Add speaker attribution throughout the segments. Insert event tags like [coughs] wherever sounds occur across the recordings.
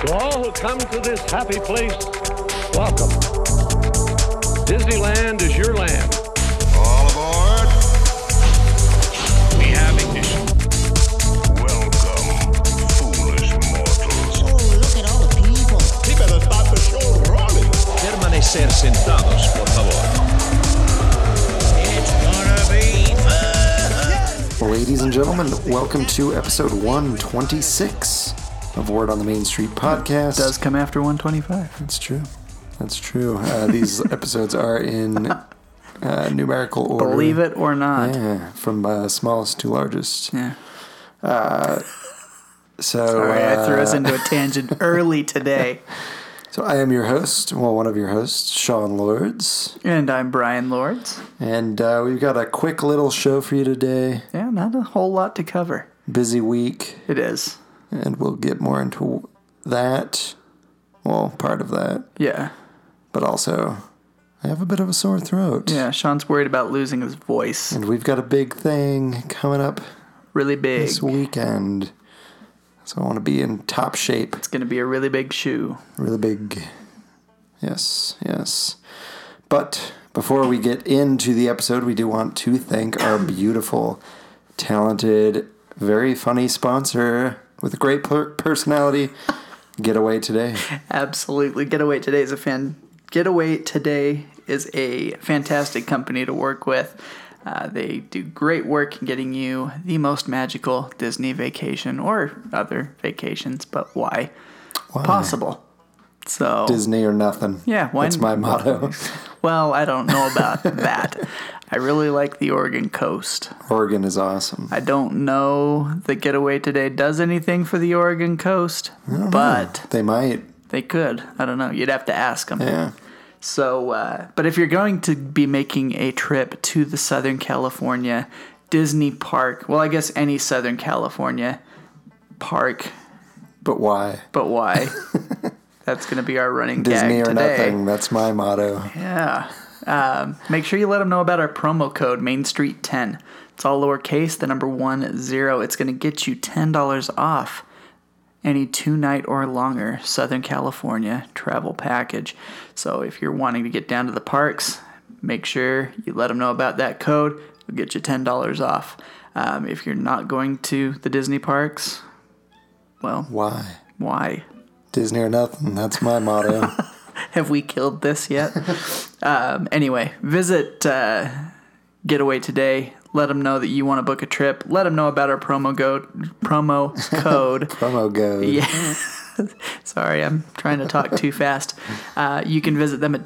Speaker 1: come to this happy place, welcome. Disneyland is your land.
Speaker 2: All aboard.
Speaker 3: We have ignition.
Speaker 2: Welcome, foolish mortals.
Speaker 4: Oh, look at all the people.
Speaker 3: Permanecer sentados, por favor.
Speaker 5: Ladies and gentlemen, welcome to episode 126 of Word on the Main Street podcast.
Speaker 6: does come after 125.
Speaker 5: That's true. That's true. Uh,
Speaker 6: [laughs]
Speaker 5: these episodes are in uh, numerical order.
Speaker 6: Believe it or not.
Speaker 5: Yeah, from uh, smallest to largest.
Speaker 6: Yeah.
Speaker 5: So,
Speaker 6: Sorry, I threw us
Speaker 5: uh,
Speaker 6: into
Speaker 5: [laughs]
Speaker 6: a tangent early today.
Speaker 5: so I am your host, well, one of your hosts, Sean Lords,
Speaker 6: And I'm Brian Lords.
Speaker 5: and uh, we've got a quick little show for you today.
Speaker 6: Yeah, not a whole lot to cover.
Speaker 5: Busy week,
Speaker 6: It is.
Speaker 5: and we'll get more into that. Well, part of that,
Speaker 6: Yeah.
Speaker 5: but also I have a bit of a sore throat.
Speaker 6: Yeah, Sean's worried about losing his voice.
Speaker 5: And we've got a big thing coming up
Speaker 6: Really big.
Speaker 5: this weekend. So I want to be in top shape.
Speaker 6: It's going to be a really big shoe.
Speaker 5: Really big. Yes, yes. But before we get into the episode, we do want to thank
Speaker 6: [clears throat]
Speaker 5: our beautiful, talented, very funny sponsor with a great per- personality, Getaway Today.
Speaker 6: Absolutely. Getaway Today is a fan. Getaway Today is a fantastic company to work with. Uh, they do great work in getting you the most magical Disney vacation or other vacations, but why?
Speaker 5: Oh,
Speaker 6: Possible. So,
Speaker 5: Disney or nothing.
Speaker 6: Yeah, why
Speaker 5: That's
Speaker 6: n-
Speaker 5: my motto. [laughs]
Speaker 6: well, I don't know about that. I really like the Oregon coast.
Speaker 5: Oregon is awesome.
Speaker 6: I don't know that Getaway Today does anything for the Oregon coast, but
Speaker 5: They might.
Speaker 6: they could. I don't know. You'd have to ask them.
Speaker 5: Yeah.
Speaker 6: So, uh, but if you're going to be making a trip to the Southern California Disney park, well, I guess any Southern California park,
Speaker 5: But why? [laughs]
Speaker 6: but why? That's going to be our running
Speaker 5: Disney
Speaker 6: gag
Speaker 5: or
Speaker 6: today.
Speaker 5: nothing. That's my motto.
Speaker 6: Yeah. Um, make sure you let them know about our promo code Main Street 10. It's all lowercase, the number one zero. It's going to get you ten dollars off any two night or longer Southern California travel package. So if you're wanting to get down to the parks, make sure you let them know about that code. It'll get you ten dollars off. Um, if you're not going to the Disney parks, well,
Speaker 5: Why?
Speaker 6: why?
Speaker 5: Disney or nothing. That's my
Speaker 6: [laughs]
Speaker 5: motto.
Speaker 6: Have we killed this
Speaker 5: [laughs]
Speaker 6: yet? um, anyway, visit uh, Getaway today. Let them know that you want to book a trip. Let them know about our promo code. Promo
Speaker 5: [laughs]
Speaker 6: code.
Speaker 5: Promo goes.
Speaker 6: yeah. Sorry, I'm trying to talk too fast. Uh, you can visit them at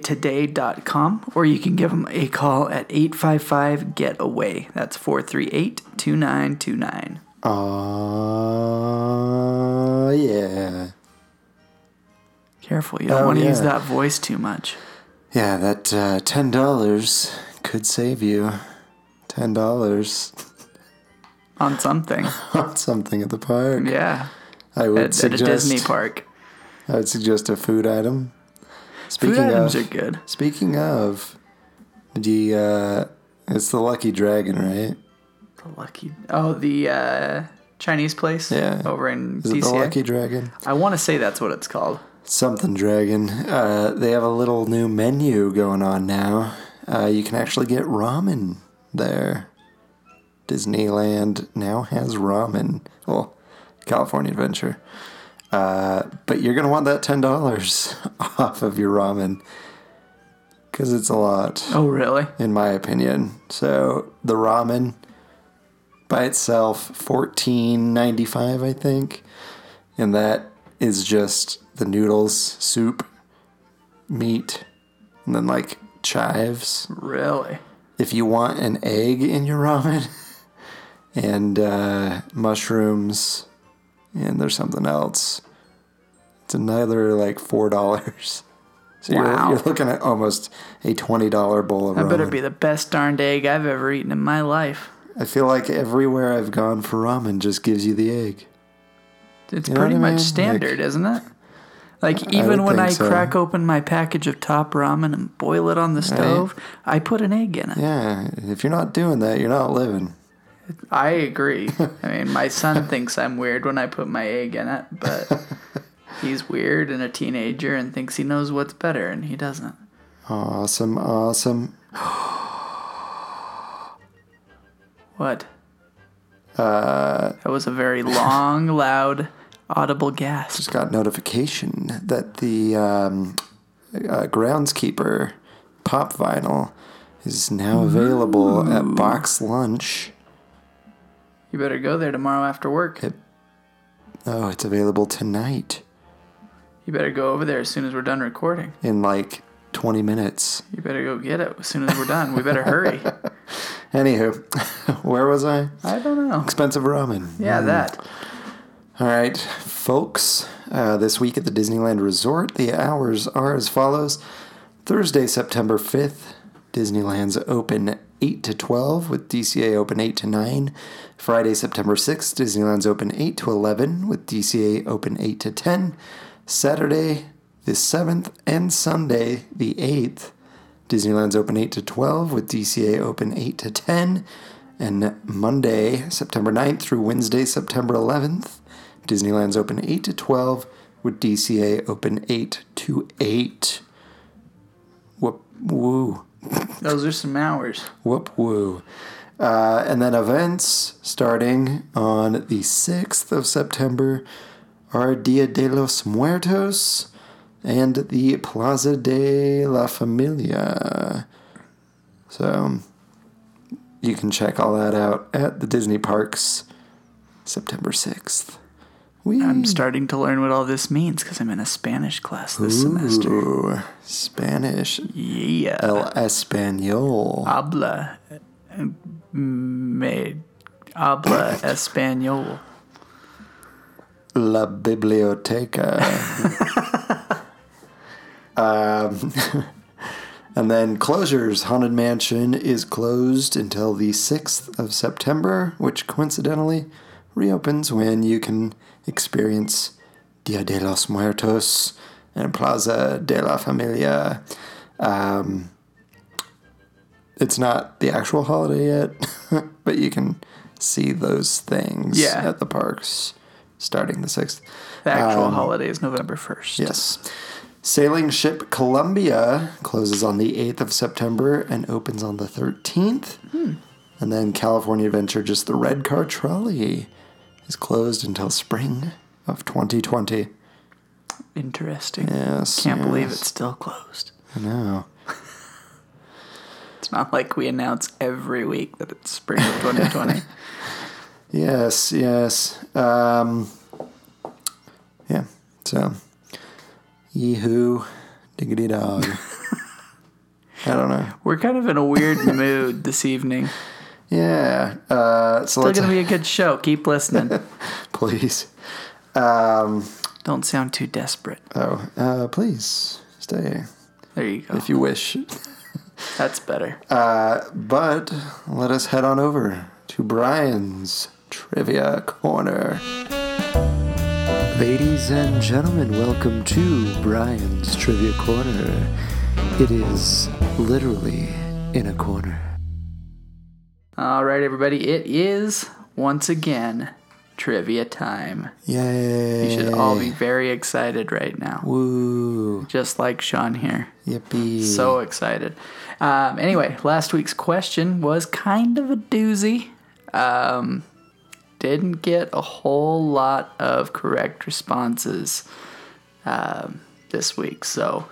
Speaker 6: www.getawaytoday.com or you can give them a call at 855 GETAWAY. That's 438 2929.
Speaker 5: Uh, yeah.
Speaker 6: Careful, you don't
Speaker 5: Oh,
Speaker 6: want to
Speaker 5: yeah.
Speaker 6: use that voice too much.
Speaker 5: Yeah, that uh, $10 could save you [laughs] $10
Speaker 6: On something.
Speaker 5: [laughs] on something at the park.
Speaker 6: Yeah.
Speaker 5: I would
Speaker 6: at, at a
Speaker 5: suggest
Speaker 6: Disney park.
Speaker 5: I would suggest a food item. Speaking
Speaker 6: Food items
Speaker 5: of
Speaker 6: are good.
Speaker 5: Speaking of the uh it's the Lucky Dragon, right?
Speaker 6: The lucky. Oh, the uh, Chinese place.
Speaker 5: Yeah.
Speaker 6: Over in
Speaker 5: Is it the
Speaker 6: DCA.
Speaker 5: Lucky Dragon?
Speaker 6: I want to say that's what it's called.
Speaker 5: something dragon uh, they have a little new menu going on now uh, you can actually get ramen there disneyland now has ramen well california adventure uh, but you're gonna want that $10 [laughs] off of your ramen because it's a lot
Speaker 6: Oh, really?
Speaker 5: in my opinion so the ramen by itself 14.95 i think and that is just the noodles soup meat and then like chives
Speaker 6: Really?
Speaker 5: if you want an egg in your [laughs] ramen and uh, mushrooms and there's something else it's another like four dollars [laughs] so
Speaker 6: Wow.
Speaker 5: you're, you're looking at almost a $20 bowl of
Speaker 6: That
Speaker 5: ramen
Speaker 6: better be the best darned egg I've ever eaten in my life.
Speaker 5: i feel like everywhere i've gone for ramen just gives you the egg
Speaker 6: It's
Speaker 5: You know
Speaker 6: pretty
Speaker 5: what I
Speaker 6: much
Speaker 5: mean?
Speaker 6: standard,
Speaker 5: Like-
Speaker 6: isn't it? Like even
Speaker 5: would
Speaker 6: when I
Speaker 5: think so.
Speaker 6: crack open my package of top ramen and boil it on the stove, I put an egg in it.
Speaker 5: yeah if you're not doing that you're not living
Speaker 6: I
Speaker 5: [laughs]
Speaker 6: agree. I mean, my son thinks I'm weird when I put my egg in it,
Speaker 5: [laughs]
Speaker 6: but he's weird and a teenager and thinks he knows what's better, and he doesn't.
Speaker 5: Awesome, awesome.
Speaker 6: What? Uh, that was a very
Speaker 5: [laughs]
Speaker 6: long, loud, audible gasp.
Speaker 5: Just got notification that the um, uh, groundskeeper pop vinyl is now available at Box Lunch.
Speaker 6: You better go there tomorrow after work.
Speaker 5: It- oh, it's available tonight
Speaker 6: You better go over there as soon as we're done recording.
Speaker 5: in like 20 minutes.
Speaker 6: You better go get it as soon as we're done. We
Speaker 5: [laughs]
Speaker 6: better hurry.
Speaker 5: Anywho, [laughs] where was I?
Speaker 6: I don't know.
Speaker 5: Expensive ramen.
Speaker 6: Yeah, that.
Speaker 5: All right, folks, uh, this week at the Disneyland Resort, the hours are as follows Thursday, September 5th, Disneyland's open 8 to 12, with DCA open 8 to 9. Friday, September 6th, Disneyland's open 8 to 11, with DCA open 8 to 10. Saturday, the 7th, and Sunday, the 8th, Disneyland's open 8 to 12 with DCA open 8 to 10. And Monday, September 9th through Wednesday, September 11th, Disneyland's open 8 to 12 with DCA open 8 to 8. Whoop woo.
Speaker 6: Those are some hours.
Speaker 5: Whoop woo. Uh, and then events starting on the 6th of September are Dia de los Muertos and the Plaza de la Familia. So you can check all that out at the Disney Parks September 6th. We
Speaker 6: I'm starting to learn what all this means because I'm in a Spanish class this semester.
Speaker 5: Ooh, Spanish.
Speaker 6: Yeah.
Speaker 5: El Espanol.
Speaker 6: habla eh, mm, me
Speaker 5: [coughs]
Speaker 6: habla español.
Speaker 5: La Biblioteca. um, and then closures. Haunted Mansion is closed until the 6th of September, which coincidentally reopens when you can experience Dia de los Muertos and Plaza de la Familia. Um, it's not the actual holiday yet, [laughs] but you can see those things
Speaker 6: Yeah.
Speaker 5: at the parks starting the 6th.
Speaker 6: The actual
Speaker 5: Um,
Speaker 6: holiday is November first.
Speaker 5: Yes. Sailing ship Columbia closes on the 8th of September and opens on the 13th.
Speaker 6: Hmm.
Speaker 5: And then California Adventure, just the red car trolley, is closed until spring of 2020.
Speaker 6: Interesting.
Speaker 5: Yes.
Speaker 6: Can't believe
Speaker 5: yes.
Speaker 6: it's still closed.
Speaker 5: I know.
Speaker 6: It's not like we announce every week that it's spring of 2020.
Speaker 5: Yes, yes. Um, yeah, so. Yee-hoo. Diggity
Speaker 6: [laughs]
Speaker 5: dog. I don't know.
Speaker 6: We're kind of in a weird mood this evening.
Speaker 5: Yeah. Uh, so
Speaker 6: Still
Speaker 5: let's.
Speaker 6: gonna be a good show. Keep listening.
Speaker 5: [laughs] please. Um,
Speaker 6: Don't sound too desperate.
Speaker 5: oh, uh, please stay
Speaker 6: There
Speaker 5: [laughs]
Speaker 6: you go.
Speaker 5: if you wish. Uh,
Speaker 6: That's better.
Speaker 5: But let us head on over to Brian's Trivia Corner. Ladies and gentlemen, welcome to Brian's Trivia Corner. It is literally in a corner.
Speaker 6: All right, everybody. It is once again trivia time.
Speaker 5: Yay!
Speaker 6: You should all be very excited right now.
Speaker 5: Woo!
Speaker 6: just like Sean here.
Speaker 5: Yippee!
Speaker 6: So excited. Um, anyway, last week's question was kind of a doozy. Um, didn't get a whole lot of correct responses um, this week. So,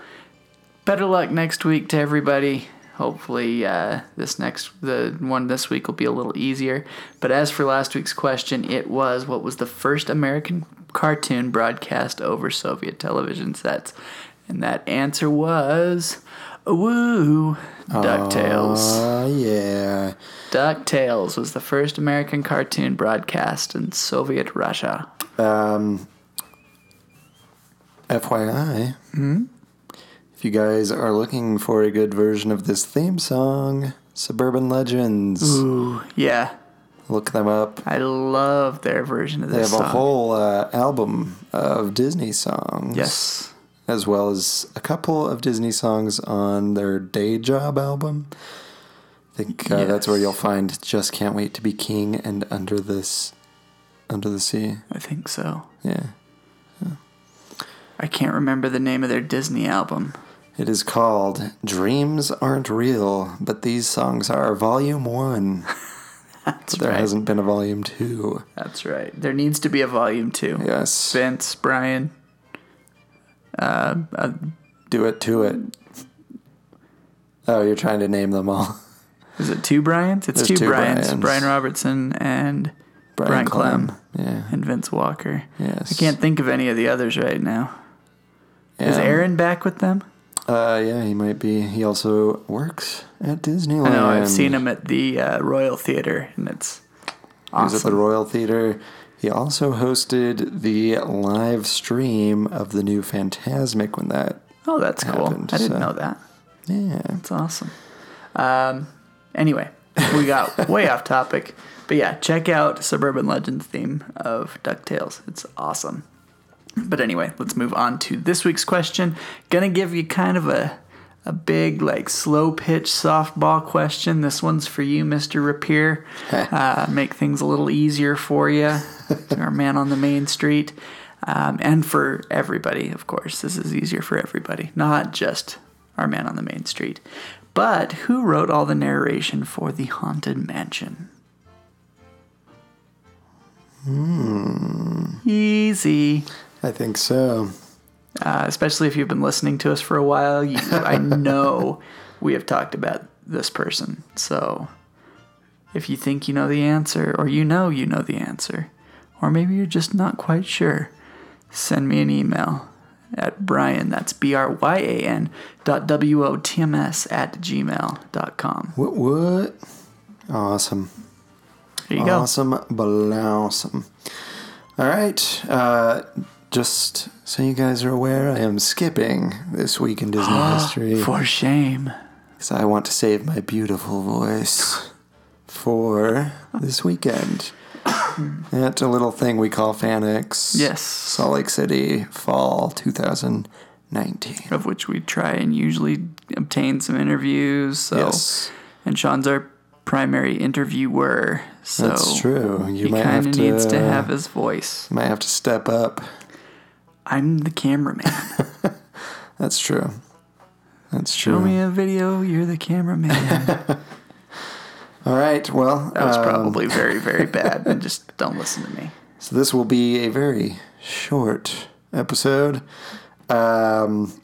Speaker 6: better luck next week to everybody. Hopefully, uh, this next the one this week will be a little easier. But as for last week's question, it was what was the first American cartoon broadcast over Soviet television sets, and that answer was woo Ducktales.
Speaker 5: Aw, yeah.
Speaker 6: DuckTales was the first American cartoon broadcast in Soviet Russia.
Speaker 5: Um, FYI, hmm? if you guys are looking for a good version of this theme song, Suburban Legends,
Speaker 6: Ooh, yeah.
Speaker 5: look them up.
Speaker 6: I love their version of
Speaker 5: They
Speaker 6: this
Speaker 5: have a
Speaker 6: song.
Speaker 5: whole uh, album of Disney songs.
Speaker 6: yes.
Speaker 5: As well as a couple of Disney songs on their day job album. think uh, that's where you'll find "Just Can't Wait to Be King" and "Under This, Under the Sea."
Speaker 6: I think so.
Speaker 5: Yeah,
Speaker 6: I can't remember the name of their Disney album.
Speaker 5: it is called "Dreams Aren't Real," but these songs are Volume One.
Speaker 6: [laughs] That's
Speaker 5: There
Speaker 6: right.
Speaker 5: hasn't been a Volume Two.
Speaker 6: That's right. There needs to be a volume two.
Speaker 5: Yes,
Speaker 6: Vince, Brian,
Speaker 5: do it to it. Oh, you're trying to name them all. [laughs]
Speaker 6: is it two Brian's? It's
Speaker 5: There's
Speaker 6: two,
Speaker 5: two
Speaker 6: Brian's.
Speaker 5: Brians.
Speaker 6: Brian Robertson and Brian Clem.
Speaker 5: Yeah.
Speaker 6: and Vince Walker.
Speaker 5: Yes.
Speaker 6: I can't think of any of the others right now. Is
Speaker 5: Yeah.
Speaker 6: Aaron back with them?
Speaker 5: Uh, yeah, he might be. He also works at Disneyland.
Speaker 6: I know I've seen him at the uh, Royal Theater, and it's
Speaker 5: He was at the
Speaker 6: awesome.
Speaker 5: Royal Theater. He also hosted the live stream of the new Fantasmic when that.
Speaker 6: Oh, that's cool.
Speaker 5: happened,
Speaker 6: I didn't
Speaker 5: so-
Speaker 6: know that.
Speaker 5: Yeah.
Speaker 6: That's awesome. Um, anyway, we got way off topic, but yeah, check out Suburban Legends theme of Ducktales. It's awesome. But anyway, let's move on to this week's question. Gonna give you kind of a a big like slow pitch softball question. This one's for you, Mister Rapier. uh, make things a little easier for you, our man on the main street, um, and for everybody, of course. This is easier for everybody, not just our man on the main street. But who wrote all the narration for the haunted mansion? Easy.
Speaker 5: I think so.
Speaker 6: Uh, especially if you've been listening to us for a while. You, I
Speaker 5: [laughs]
Speaker 6: know we have talked about this person. So if you think you know the answer, or you know you know the answer, or maybe you're just not quite sure, send me an email at Brian, that's B R Y A N, dot W O T M S at gmail dot com.
Speaker 5: What? What? Awesome.
Speaker 6: There you
Speaker 5: awesome. Blossom. All right. Uh, just so you guys are aware, I am skipping this week in
Speaker 6: [gasps]
Speaker 5: Disney history.
Speaker 6: go. For shame.
Speaker 5: because I want to save my beautiful voice for this
Speaker 6: [coughs]
Speaker 5: weekend. That's a little thing we call Fanix.
Speaker 6: Yes.
Speaker 5: Salt Lake City, fall 2019.
Speaker 6: Of which we try and usually obtain some interviews. So
Speaker 5: Yes.
Speaker 6: and Sean's our primary interviewer, so
Speaker 5: That's true. You
Speaker 6: he
Speaker 5: might
Speaker 6: kind
Speaker 5: have
Speaker 6: of
Speaker 5: to, uh,
Speaker 6: needs to have his voice.
Speaker 5: might have to step up.
Speaker 6: I'm the
Speaker 5: [laughs]
Speaker 6: cameraman.
Speaker 5: That's true. That's
Speaker 6: Show me
Speaker 5: true.
Speaker 6: a video. You're
Speaker 5: [laughs]
Speaker 6: the cameraman.
Speaker 5: All right. Well,
Speaker 6: That was
Speaker 5: um,
Speaker 6: probably
Speaker 5: [laughs]
Speaker 6: very, very bad. And just don't listen to me.
Speaker 5: So this will be a very short episode. Um,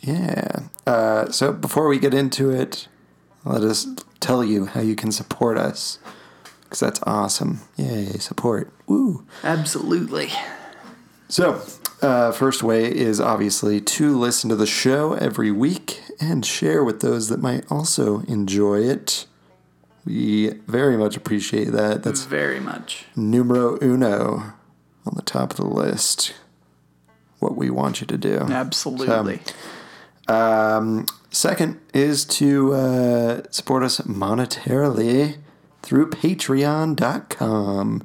Speaker 5: yeah. Uh, so before we get into it, let us tell you how you can support us because that's awesome. Yay, support! Woo.
Speaker 6: Absolutely.
Speaker 5: So, uh, first way is obviously to listen to the show every week and share with those that might also enjoy it. We very much appreciate that. That's
Speaker 6: Very much.
Speaker 5: Mm. numero uno on the top of the list. What we want you to do.
Speaker 6: Absolutely.
Speaker 5: Um, second is to uh, support us monetarily through patreon.com.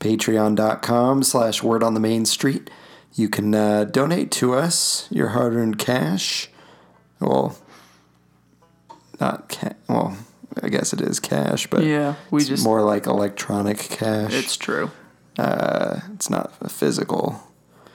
Speaker 5: Patreon.com slash word on the main street. You can uh, donate to us your hard earned cash. Well, not ca- well, I guess it is cash, but
Speaker 6: Yeah, we
Speaker 5: it's
Speaker 6: just-
Speaker 5: more like electronic cash.
Speaker 6: it's true.
Speaker 5: It's not a physical.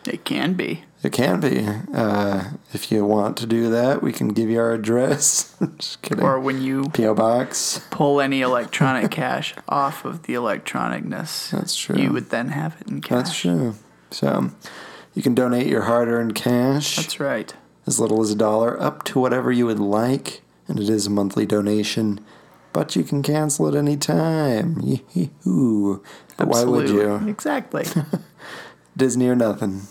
Speaker 6: It can be.
Speaker 5: It can be. Uh, if you want to do that, we can give you our address. [laughs] Just kidding.
Speaker 6: Or when you
Speaker 5: PO box.
Speaker 6: pull
Speaker 5: [laughs]
Speaker 6: any electronic cash off of the electronicness,
Speaker 5: That's true.
Speaker 6: you would then have it in cash.
Speaker 5: That's true. So you can donate your hard-earned cash,
Speaker 6: That's right.
Speaker 5: as little as a dollar, up to whatever you would like, and it is a monthly donation. But you can cancel at any time. Yee-hoo. But why would
Speaker 6: Absolutely.
Speaker 5: you?
Speaker 6: Exactly.
Speaker 5: Disney or nothing.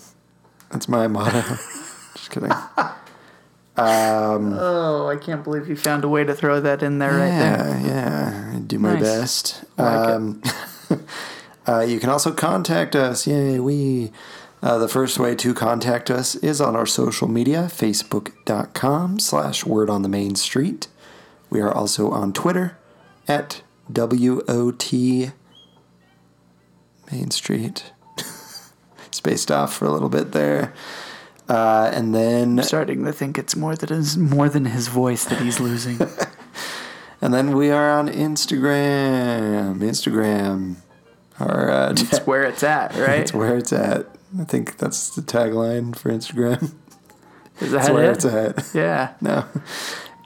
Speaker 5: That's my motto. [laughs] Just kidding.
Speaker 6: oh, I can't believe you found a way to throw that in there right there.
Speaker 5: Yeah, yeah. I do my
Speaker 6: Nice.
Speaker 5: best.
Speaker 6: like it.
Speaker 5: um, [laughs] uh, you can also contact us. Yay, we. Uh, the first way to contact us is on our social media, facebook.com slash word on the main street. We are also on Twitter at WOT Main Street. [laughs] Spaced off for a little bit there. Uh, and then
Speaker 6: starting to think it's more that is more than his voice that he's losing.
Speaker 5: And then we are on Instagram. Instagram. Our, uh, [laughs]
Speaker 6: That's where it's at, right?
Speaker 5: That's where it's at. I think that's the tagline for Instagram. [laughs]
Speaker 6: Is that
Speaker 5: That's where it's
Speaker 6: it?
Speaker 5: at. [laughs] Uh,
Speaker 6: Yeah.
Speaker 5: No.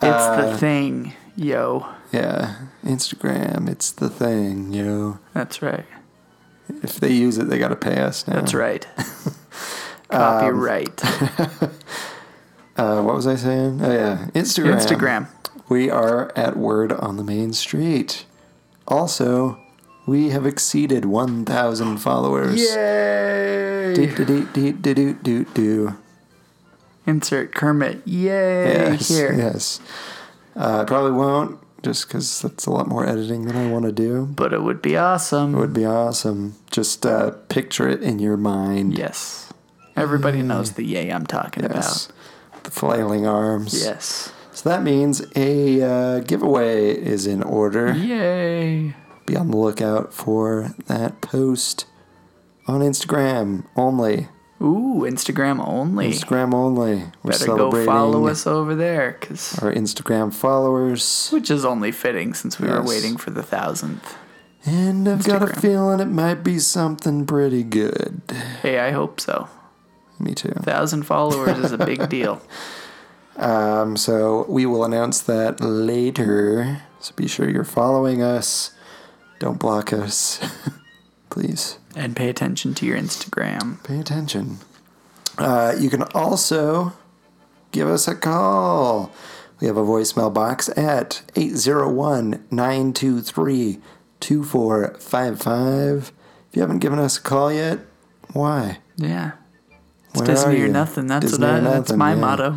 Speaker 6: It's the thing, yo.
Speaker 5: Yeah. Instagram. It's the thing, yo.
Speaker 6: That's right.
Speaker 5: If they use it, they got to pay us now.
Speaker 6: That's
Speaker 5: [laughs]
Speaker 6: right. [laughs] Copyright.
Speaker 5: um,
Speaker 6: [laughs]
Speaker 5: Uh, what was I saying? Oh, yeah. Instagram.
Speaker 6: Instagram.
Speaker 5: We are at Word on the Main Street. Also, we have exceeded 1,000 followers.
Speaker 6: Yay!
Speaker 5: Doot, doot, doot, doot, doot, doot, doot, doo.
Speaker 6: Insert Kermit. Yay!
Speaker 5: Yes.
Speaker 6: Here.
Speaker 5: Yes. Uh, I probably won't, just because that's a lot more editing than I want to do.
Speaker 6: But it would be awesome.
Speaker 5: It would be awesome. Just uh, picture it in your mind.
Speaker 6: Yes. Everybody knows the yay I'm talking
Speaker 5: Yes. The flailing arms.
Speaker 6: about. Yes.
Speaker 5: So that means a uh, giveaway is in order.
Speaker 6: Mm-hmm. Yay!
Speaker 5: Be on the lookout for that post on Instagram only.
Speaker 6: Ooh, Instagram only.
Speaker 5: Instagram only. We're
Speaker 6: Better go
Speaker 5: celebrating
Speaker 6: follow us over there, cause
Speaker 5: our Instagram followers.
Speaker 6: which is only fitting since we were
Speaker 5: Yes.
Speaker 6: waiting for the thousandth.
Speaker 5: And I've got a
Speaker 6: Instagram.
Speaker 5: feeling it might be something pretty good.
Speaker 6: Hey, I hope so.
Speaker 5: Me too.
Speaker 6: Thousand followers is a
Speaker 5: [laughs]
Speaker 6: big deal.
Speaker 5: Um, so we will announce that later. So be sure you're following us. Don't block us. [laughs] Please
Speaker 6: And pay attention to your Instagram.
Speaker 5: pay attention. Uh, you can also give us a call. We have a voicemail box at 801 923 2455. If you haven't given us a call yet, why?
Speaker 6: Yeah. It's
Speaker 5: Where
Speaker 6: Disney
Speaker 5: are
Speaker 6: or
Speaker 5: you?
Speaker 6: nothing. That's
Speaker 5: Disney
Speaker 6: what I,
Speaker 5: or
Speaker 6: that's
Speaker 5: nothing,
Speaker 6: my
Speaker 5: yeah. [laughs]
Speaker 6: motto.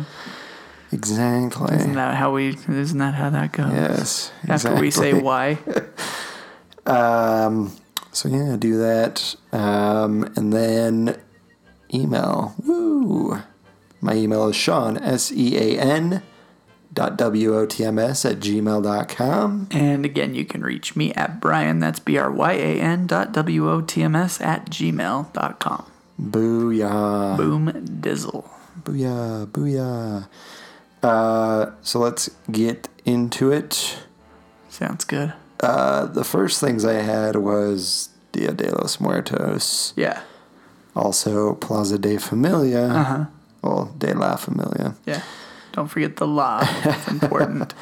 Speaker 5: Exactly.
Speaker 6: Isn't that how we? Isn't that how that goes?
Speaker 5: Yes.
Speaker 6: After we say
Speaker 5: exactly. [laughs]
Speaker 6: why,
Speaker 5: Um, so yeah, do that. Um, and then email. Woo! My email is Sean, S E A N, dot W O T M S at gmail.com.
Speaker 6: and again, you can reach me at Brian. That's b r y a n dot w o t m s at gmail dot com.
Speaker 5: Booyah.
Speaker 6: Boom dizzle.
Speaker 5: Booyah. Booyah. Uh, so let's get into it.
Speaker 6: Sounds good.
Speaker 5: Uh, the first things I had was Dia de los Muertos,
Speaker 6: Yeah.
Speaker 5: also Plaza de Familia. Uh-huh. Well, de la Familia.
Speaker 6: Yeah. Don't forget the law. It's
Speaker 5: [laughs]
Speaker 6: important.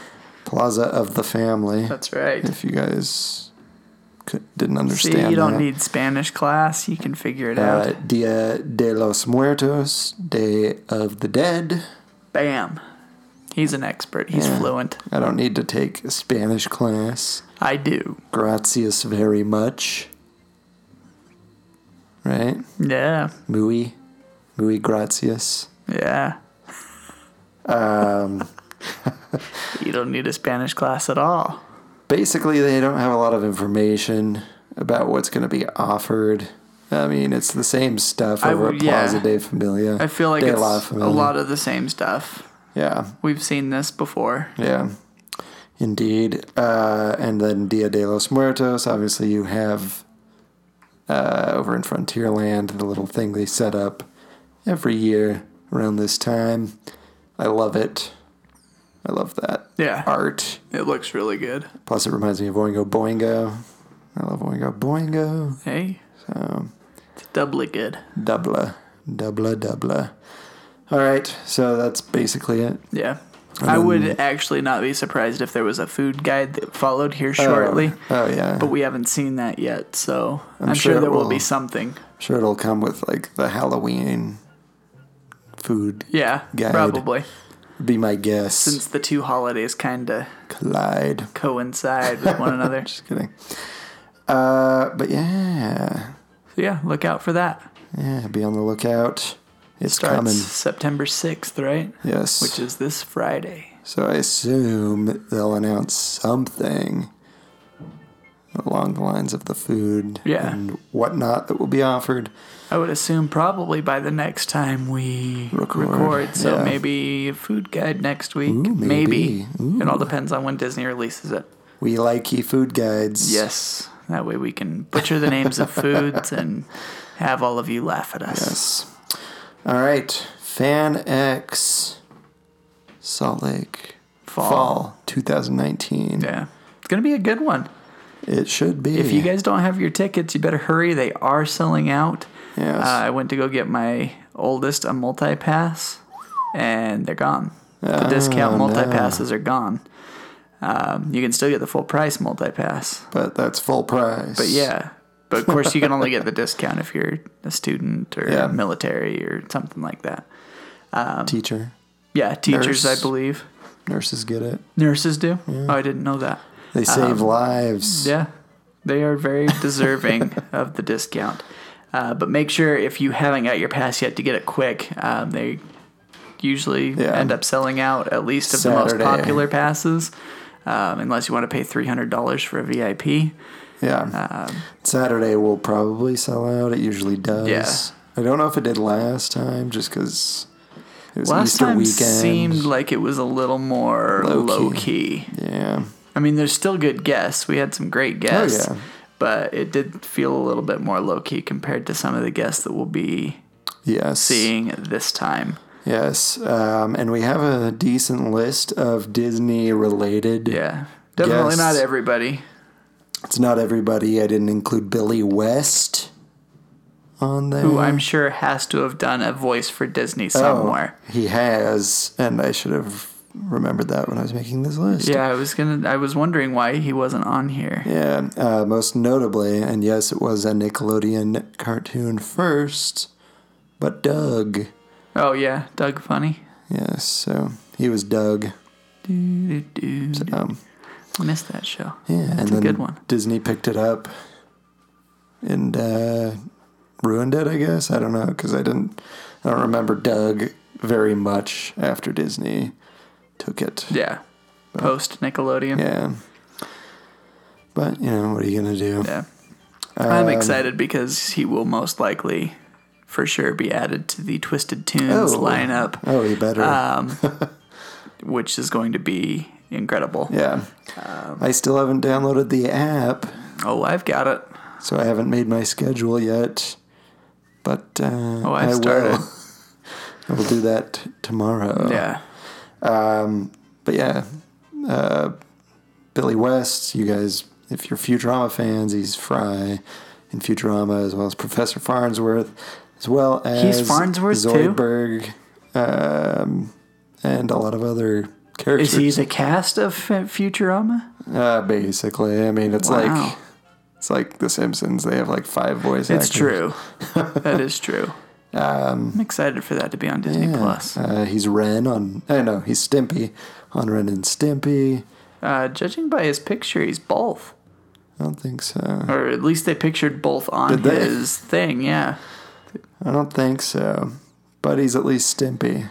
Speaker 5: Plaza of the Family.
Speaker 6: That's right.
Speaker 5: If you guys could, didn't
Speaker 6: See,
Speaker 5: understand,
Speaker 6: you don't
Speaker 5: that.
Speaker 6: need Spanish class. You can figure it
Speaker 5: uh,
Speaker 6: out.
Speaker 5: Dia de los Muertos, Day of the Dead.
Speaker 6: Bam. He's an expert. He's
Speaker 5: Yeah.
Speaker 6: fluent.
Speaker 5: I don't need to take a Spanish class.
Speaker 6: I do.
Speaker 5: Gracias very much. Right?
Speaker 6: Yeah.
Speaker 5: Muy, muy gracias.
Speaker 6: Yeah. Um. [laughs] you don't need a Spanish class at all.
Speaker 5: Basically, they don't have a lot of information about what's going to be offered. I mean, it's the same stuff
Speaker 6: I
Speaker 5: over
Speaker 6: would-
Speaker 5: at Plaza
Speaker 6: yeah.
Speaker 5: de Familia.
Speaker 6: I feel like
Speaker 5: De
Speaker 6: it's
Speaker 5: la
Speaker 6: a
Speaker 5: Familia.
Speaker 6: lot of the same stuff.
Speaker 5: Yeah.
Speaker 6: We've seen this before.
Speaker 5: Yeah, indeed. Uh, and then Dia de los Muertos. Obviously, you have uh, over in Frontierland the little thing they set up every year around this time. I love it. I love that
Speaker 6: Yeah.
Speaker 5: art.
Speaker 6: It looks really good.
Speaker 5: Plus, it reminds me of Oingo Boingo. I love Oingo Boingo.
Speaker 6: Hey.
Speaker 5: So,
Speaker 6: It's doubly good.
Speaker 5: doubla, doubla, doubla. All right, so that's basically it.
Speaker 6: Yeah. I would actually not be surprised if there was a food guide that followed here shortly,
Speaker 5: Oh, oh yeah.
Speaker 6: but we haven't seen that yet, so I'm,
Speaker 5: sure
Speaker 6: sure,
Speaker 5: it
Speaker 6: there will.
Speaker 5: will.
Speaker 6: be something.
Speaker 5: Sure, it'll come with like the Halloween food.
Speaker 6: Yeah,
Speaker 5: Guide.
Speaker 6: probably.
Speaker 5: Be my guess.
Speaker 6: Since the two holidays kind of
Speaker 5: Collide.
Speaker 6: coincide with
Speaker 5: [laughs]
Speaker 6: one another. So
Speaker 5: Just kidding. Uh, but yeah,
Speaker 6: yeah, look out for that.
Speaker 5: yeah. Be on the lookout. It's
Speaker 6: Starts
Speaker 5: coming.
Speaker 6: September 6th, right?
Speaker 5: Yes.
Speaker 6: Which is this Friday.
Speaker 5: so I assume they'll announce something along the lines of the food
Speaker 6: Yeah.
Speaker 5: and whatnot that will be offered.
Speaker 6: I would assume probably by the next time we
Speaker 5: Record,
Speaker 6: record. so
Speaker 5: yeah.
Speaker 6: maybe a food guide next week.
Speaker 5: Ooh, maybe.
Speaker 6: maybe. It all depends on when Disney releases it.
Speaker 5: We like ye food guides.
Speaker 6: Yes. That way we can butcher the names of foods and have all of you laugh at us.
Speaker 5: Yes. All right. Fan X. Salt Lake.
Speaker 6: fall.
Speaker 5: Fall 2019.
Speaker 6: Yeah. It's going to be a good one.
Speaker 5: It should be.
Speaker 6: If you guys don't have your tickets, you better hurry. They are selling out.
Speaker 5: Yes.
Speaker 6: Uh, I went to go get my oldest a multi pass, and they're gone. The discount
Speaker 5: Oh, no.
Speaker 6: multi passes are gone. Um, you can still get the full price multi pass,
Speaker 5: but that's full price.
Speaker 6: but yeah. But of course, you can only get the discount if you're a student or
Speaker 5: Yeah.
Speaker 6: military or something like that.
Speaker 5: Teacher,
Speaker 6: Yeah, teachers,
Speaker 5: Nurse.
Speaker 6: I believe.
Speaker 5: nurses get it.
Speaker 6: Nurses do. Oh, I didn't know that.
Speaker 5: They save lives.
Speaker 6: Um, Yeah, they
Speaker 5: [laughs]
Speaker 6: are very deserving of the discount. Uh, but make sure if you haven't got your pass yet to get it quick. Um, they usually
Speaker 5: Yeah.
Speaker 6: end up selling out at least of the most
Speaker 5: Saturday.
Speaker 6: popular passes, um, unless you want to pay three hundred dollars for a VIP.
Speaker 5: Yeah.
Speaker 6: Um,
Speaker 5: Saturday will probably sell out. It usually does.
Speaker 6: Yeah.
Speaker 5: I don't know if it did last time just because it was
Speaker 6: Last
Speaker 5: Easter
Speaker 6: time
Speaker 5: weekend.
Speaker 6: seemed like it was a little more low
Speaker 5: Low-key.
Speaker 6: key.
Speaker 5: yeah.
Speaker 6: I mean, there's still good guests. We had some great guests,
Speaker 5: Oh, yeah.
Speaker 6: but it did feel a little bit more low key compared to some of the guests that we'll be
Speaker 5: Yes.
Speaker 6: seeing this time.
Speaker 5: Yes. Um, and we have a decent list of Disney related.
Speaker 6: Yeah. Definitely
Speaker 5: Yes.
Speaker 6: not everybody.
Speaker 5: It's not everybody. I didn't include Billy West on there.
Speaker 6: Who I'm sure has to have done a voice for Disney
Speaker 5: Oh.
Speaker 6: somewhere.
Speaker 5: He has, and I should have remembered that when I was making this list.
Speaker 6: Yeah, I was gonna I was wondering why he wasn't on here.
Speaker 5: Yeah, uh, most notably, and yes, it was a Nickelodeon cartoon first, but Doug.
Speaker 6: Oh yeah, Doug Funny.
Speaker 5: Yes, so he was Doug.
Speaker 6: Dude,
Speaker 5: Um,
Speaker 6: missed that show.
Speaker 5: yeah, and
Speaker 6: That's
Speaker 5: then
Speaker 6: a good one.
Speaker 5: Disney picked it up and uh, ruined it, I guess. I don't know because I didn't, I don't remember Doug very much after Disney took it.
Speaker 6: Yeah. Post Nickelodeon.
Speaker 5: Yeah. But you know what are you gonna do?
Speaker 6: Yeah.
Speaker 5: Um,
Speaker 6: I'm excited because he will most likely for sure be added to the Twisted Tunes
Speaker 5: Oh.
Speaker 6: lineup,
Speaker 5: Oh, you better.
Speaker 6: Um, which is going to be incredible.
Speaker 5: yeah.
Speaker 6: um,
Speaker 5: I still haven't downloaded the app,
Speaker 6: Oh, I've got it.
Speaker 5: so I haven't made my schedule yet. But uh,
Speaker 6: Oh,
Speaker 5: I
Speaker 6: I've started.
Speaker 5: will. [laughs] I will do that tomorrow.
Speaker 6: Yeah.
Speaker 5: But yeah, uh, Billy West, you guys, if you're Futurama fans, he's Fry in Futurama, as well as Professor Farnsworth, as well as
Speaker 6: He's Farnsworth, too?
Speaker 5: Zoidberg, um, and a lot of other characters.
Speaker 6: Is he the cast of F- Futurama?
Speaker 5: Uh, basically, I mean, it's
Speaker 6: Wow.
Speaker 5: like it's like The Simpsons. They have like five voice
Speaker 6: It's
Speaker 5: actors. [laughs]
Speaker 6: true. that is true. I'm excited for that to be on Disney
Speaker 5: Um, Yeah.
Speaker 6: Plus.
Speaker 5: Uh, he's Ren on. I know he's Stimpy on Ren and Stimpy.
Speaker 6: Uh, judging by his picture, he's both,
Speaker 5: I don't think so.
Speaker 6: or at least they pictured both on
Speaker 5: Did they?
Speaker 6: his thing. Yeah,
Speaker 5: I don't think so. But he's at least Stimpy.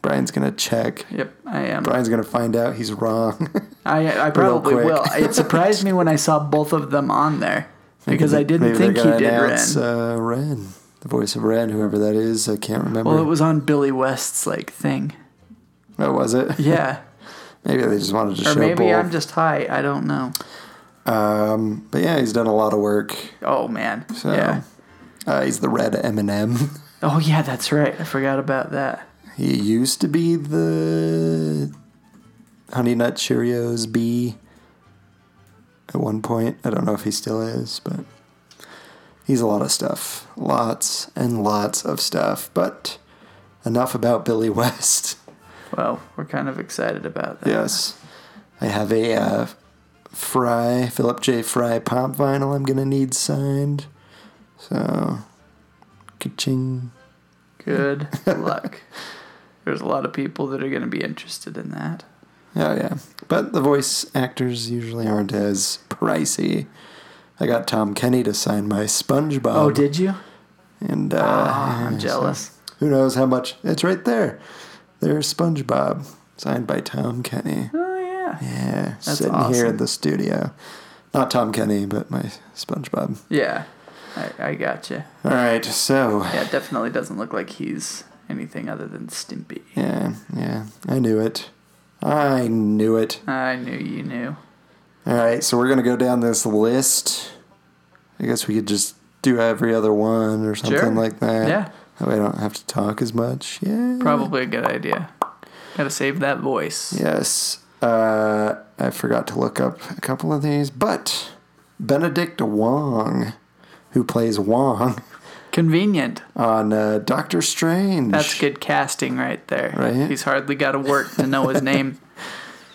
Speaker 5: Brian's gonna check.
Speaker 6: yep, I am.
Speaker 5: Brian's gonna find out he's wrong. [laughs]
Speaker 6: I I probably
Speaker 5: quick.
Speaker 6: will. It surprised me when I saw both of them on there because I
Speaker 5: [laughs]
Speaker 6: didn't
Speaker 5: Maybe they're
Speaker 6: think he
Speaker 5: gonna
Speaker 6: did Ren.
Speaker 5: announce, Uh, Ren, the voice of Ren, whoever that is, I can't remember.
Speaker 6: well, it was on Billy West's like thing.
Speaker 5: oh, was it?
Speaker 6: [laughs] Yeah,
Speaker 5: Maybe they just wanted to
Speaker 6: or
Speaker 5: show
Speaker 6: maybe
Speaker 5: both.
Speaker 6: I'm just high. I don't know.
Speaker 5: Um, but yeah, he's done a lot of work.
Speaker 6: Oh man.
Speaker 5: So,
Speaker 6: Yeah.
Speaker 5: Uh, he's the red [laughs] Eminem.
Speaker 6: Oh yeah, that's right. I forgot about that.
Speaker 5: He used to be the Honey Nut Cheerios bee at one point. I don't know if he still is, but he's a lot of stuff. Lots and lots of stuff. But enough about Billy [laughs] West.
Speaker 6: Well, we're kind of excited about that.
Speaker 5: Yes. I have a uh, Fry, Philip J. Fry pop vinyl I'm going to need signed. So, ka-ching.
Speaker 6: [laughs] Good luck. There's a lot of people that are going to be interested in that.
Speaker 5: Oh yeah, but the voice actors usually aren't as pricey. I got Tom Kenny to sign my SpongeBob.
Speaker 6: Oh, did you?
Speaker 5: and uh,
Speaker 6: Ah, I'm jealous.
Speaker 5: who knows how much? It's right there. There's SpongeBob, signed by Tom Kenny.
Speaker 6: Oh yeah.
Speaker 5: Yeah, sitting here
Speaker 6: awesome.
Speaker 5: in the studio. Not Tom Kenny, but my SpongeBob.
Speaker 6: Yeah. I, I gotcha.
Speaker 5: All right, so
Speaker 6: Yeah, it definitely doesn't look like he's anything other than Stimpy.
Speaker 5: yeah, yeah, I knew it. I knew it.
Speaker 6: I knew you knew.
Speaker 5: All right, so we're gonna go down this list. I guess we could just do every other one or something
Speaker 6: Sure.
Speaker 5: like that. Oh,
Speaker 6: Yeah.
Speaker 5: That way I don't have to talk as much. Yeah.
Speaker 6: Probably a good idea. Gotta save that voice.
Speaker 5: Yes. Uh, I forgot to look up a couple of these, but Benedict Wong, who plays Wong
Speaker 6: Convenient.
Speaker 5: on uh, Doctor Strange.
Speaker 6: That's good casting right there.
Speaker 5: Right?
Speaker 6: He's hardly got to work to know his [laughs] name.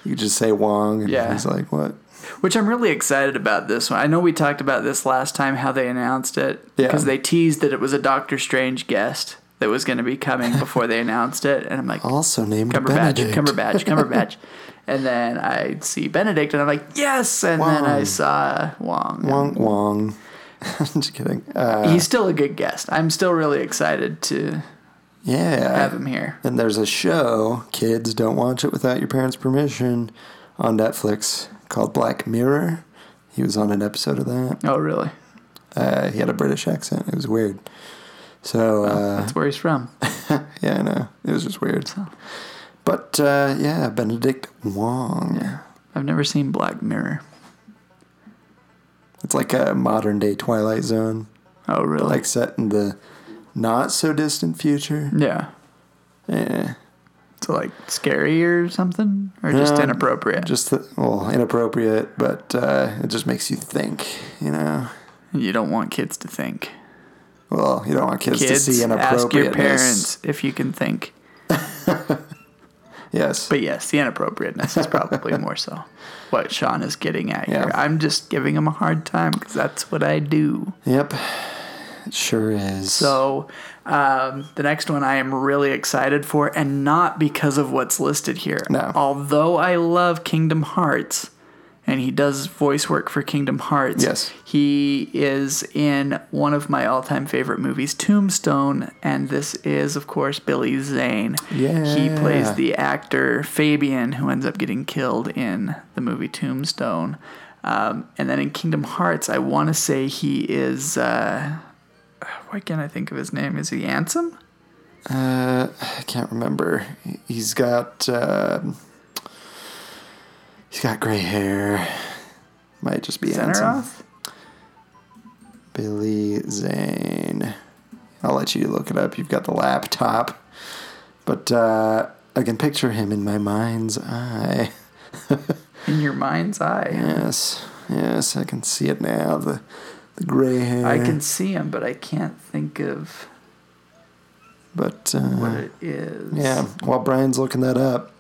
Speaker 5: You just say Wong, and
Speaker 6: Yeah.
Speaker 5: he's like, what?
Speaker 6: Which I'm really excited about this one. I know we talked about this last time how they announced it
Speaker 5: Yeah.
Speaker 6: because they teased that it was a Doctor Strange guest that was going to be coming before they announced it, and
Speaker 5: [laughs]
Speaker 6: I'm like,
Speaker 5: Also named
Speaker 6: Cumberbatch,
Speaker 5: Oh, Benedict. [laughs]
Speaker 6: Cumberbatch, Cumberbatch, and then I see Benedict, and I'm like, yes, and then I
Speaker 5: Wong.
Speaker 6: saw Wong.
Speaker 5: Wong Wong. [laughs] I'm just kidding. Uh,
Speaker 6: He's still a good guest. I'm still really excited to
Speaker 5: yeah.
Speaker 6: have him here.
Speaker 5: And there's a show, kids don't watch it without your parents' permission, on Netflix called Black Mirror. He was on an episode of that.
Speaker 6: Oh, really?
Speaker 5: Uh, he had a British accent. It was weird. So, uh,
Speaker 6: That's where he's from.
Speaker 5: yeah, I know. It was just weird. But, uh, yeah, Benedict Wong.
Speaker 6: I've never seen Black Mirror.
Speaker 5: It's like a modern day Twilight Zone,
Speaker 6: Oh, really?
Speaker 5: like set in the not so distant future.
Speaker 6: yeah.
Speaker 5: Yeah.
Speaker 6: So like scary or something, or just
Speaker 5: Um,
Speaker 6: inappropriate.
Speaker 5: Just, the, well, inappropriate, but uh, it just makes you think, you know?
Speaker 6: you don't want kids to think.
Speaker 5: Well, you don't want kids,
Speaker 6: Kids,
Speaker 5: to see
Speaker 6: ask your
Speaker 5: inappropriateness.
Speaker 6: parents if you can think.
Speaker 5: Yes.
Speaker 6: But yes, the inappropriateness is
Speaker 5: [laughs]
Speaker 6: probably more so what Sean is getting at here.
Speaker 5: Yeah.
Speaker 6: I'm just giving him a hard time because that's what I do.
Speaker 5: yep. It sure is.
Speaker 6: So um, the next one I am really excited for, and not because of what's listed here.
Speaker 5: No.
Speaker 6: Although I love Kingdom Hearts, and he does voice work for Kingdom Hearts.
Speaker 5: Yes.
Speaker 6: He is in one of my all-time favorite movies, Tombstone, and this is, of course, Billy Zane. He plays
Speaker 5: Yeah.
Speaker 6: the actor Fabian, who ends up getting killed in the movie Tombstone. Um, and then in Kingdom Hearts, I want to say he is. Uh, why can't I think of his name? Is he Ansem?
Speaker 5: I can't remember. He- He's got um he's got gray hair. Might just be handsome.
Speaker 6: Zenaroth?
Speaker 5: Billy Zane. I'll let you look it up. You've got the laptop, but uh, I can picture him in my mind's eye.
Speaker 6: In your mind's eye.
Speaker 5: Yes, yes, I can see it now. The the gray hair.
Speaker 6: I can see him, but I can't think of
Speaker 5: But uh,
Speaker 6: what it is.
Speaker 5: Yeah, while Brian's looking that up,